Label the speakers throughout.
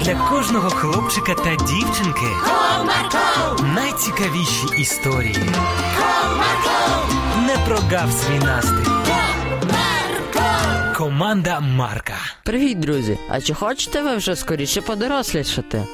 Speaker 1: для кожного хлопчика та дівчинки найцікавіші історії. Не прогав свій настрій. Команда Марка.
Speaker 2: Привіт, друзі! А чи хочете ви вже скоріше подорослішати?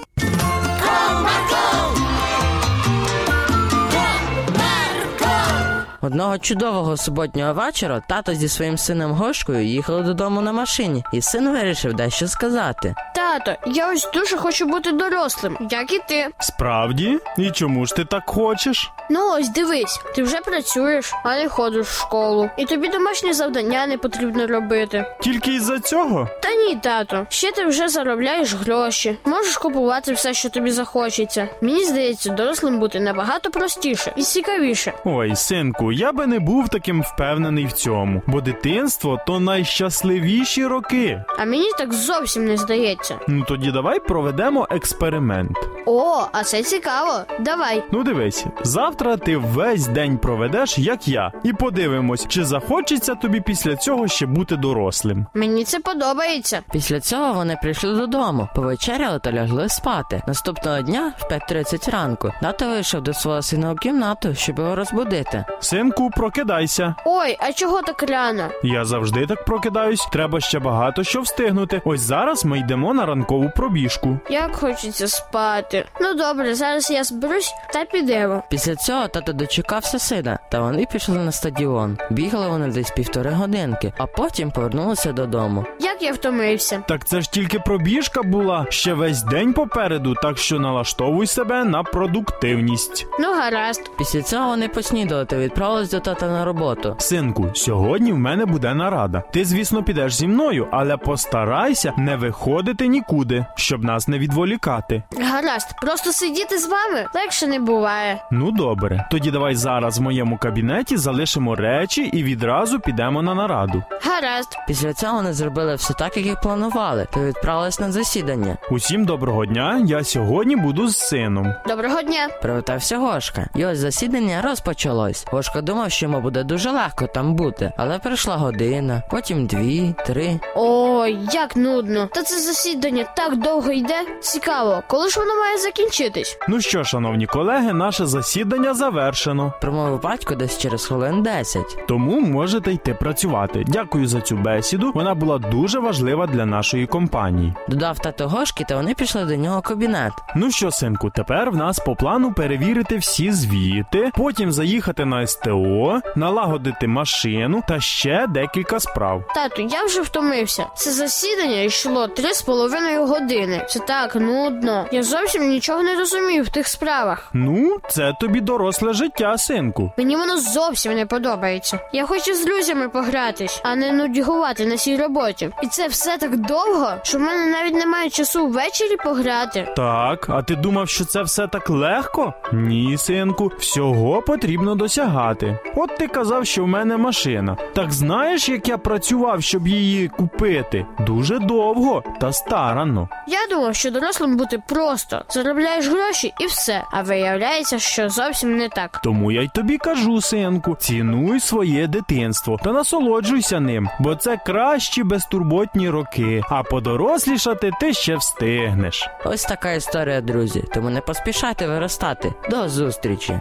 Speaker 2: Одного чудового суботнього вечора тато зі своїм сином Гошкою їхали додому на машині, і син вирішив дещо сказати.
Speaker 3: Тато, я ось дуже хочу бути дорослим, як і ти.
Speaker 4: Справді? І чому ж ти так хочеш?
Speaker 3: Ну ось дивись, ти вже працюєш, а не ходиш в школу. І тобі домашні завдання не потрібно робити.
Speaker 4: Тільки із-за цього?
Speaker 3: Та ні, тато, ще ти вже заробляєш гроші. Можеш купувати все, що тобі захочеться. Мені здається, дорослим бути набагато простіше і цікавіше.
Speaker 4: Ой, синку, я би не був таким впевнений в цьому, бо дитинство то найщасливіші роки.
Speaker 3: А мені так зовсім не здається.
Speaker 4: Ну тоді давай проведемо експеримент.
Speaker 3: О, а це цікаво. Давай.
Speaker 4: Ну дивись, завтра ти весь день проведеш, як я, і подивимось, чи захочеться тобі після цього ще бути дорослим.
Speaker 3: Мені це подобається.
Speaker 2: Після цього вони прийшли додому, повечеряли та лягли спати. Наступного дня, в 5.30 ранку, тато вийшов до свого сина у кімнату, щоб його розбудити.
Speaker 4: Синку, прокидайся.
Speaker 3: Ой, а чого так рано?
Speaker 4: Я завжди так прокидаюсь, треба ще багато що встигнути. Ось зараз ми йдемо на ранкову пробіжку.
Speaker 3: Як хочеться спати. Ну добре, зараз я зберусь та підемо.
Speaker 2: Після цього тато дочекався сина, та вони пішли на стадіон. Бігали вони десь півтори годинки, а потім повернулися додому.
Speaker 3: Як я втомився.
Speaker 4: Так це ж тільки пробіжка була ще весь день попереду, так що налаштовуй себе на продуктивність.
Speaker 3: Ну гаразд.
Speaker 2: Після цього вони поснідали та відправились до тата на роботу.
Speaker 4: Синку, сьогодні в мене буде нарада. Ти, звісно, підеш зі мною, але постарайся не виходити нікуди, щоб нас не відволікати.
Speaker 3: Гаразд, просто сидіти з вами легше не буває.
Speaker 4: Ну добре, тоді давай зараз в моєму кабінеті залишимо речі і відразу підемо на нараду.
Speaker 3: Гаразд.
Speaker 2: Після цього вони зробили все так, як і планували, та відправились на засідання.
Speaker 4: Усім доброго дня. Я сьогодні буду з сином.
Speaker 3: Доброго дня.
Speaker 2: Привітався Гошка. І ось засідання розпочалось. Гошка думав, що йому буде дуже легко там бути, але прийшла година, потім дві, три.
Speaker 3: Ой, як нудно. Та це засідання так довго йде. Цікаво, коли ж воно має закінчитись?
Speaker 4: Ну що, шановні колеги, наше засідання завершено,
Speaker 2: Промовив батько десь через хвилин десять.
Speaker 4: тому можете йти працювати. Дякую за цю бесіду. Вона була дуже важлива для нашої компанії.
Speaker 2: Додав тато Гошки, та вони пішли до нього в кабінет.
Speaker 4: Ну що, синку, тепер в нас по плану перевірити всі звіти, потім заїхати на СТО, налагодити машину та ще декілька справ.
Speaker 3: Тату, я вже втомився. Це засідання йшло три з половиною години. Це так нудно. Я зовсім нічого не розумію в тих справах.
Speaker 4: Ну, це тобі доросле життя, синку.
Speaker 3: Мені воно зовсім не подобається. Я хочу з друзями погратись, а не нудьгувати на цій роботі. І це все так довго, що в мене навіть немає часу ввечері пограти.
Speaker 4: Так, а ти думав, що це все так легко? Ні, синку, всього потрібно досягати. От ти казав, що в мене машина. Так знаєш, як я працював, щоб її купити? Дуже довго та старанно.
Speaker 3: Я думав, що дорослим бути просто заробляєш гроші і все. А виявляється, що зовсім не так.
Speaker 4: Тому я й тобі кажу, синку, цінуй своє дитинство та насолоджуйся ним, бо це кращі безтурботні роки, а подорослішати ти ще встигнеш.
Speaker 2: Ось така історія, друзі. Тому не поспішайте виростати. До зустрічі.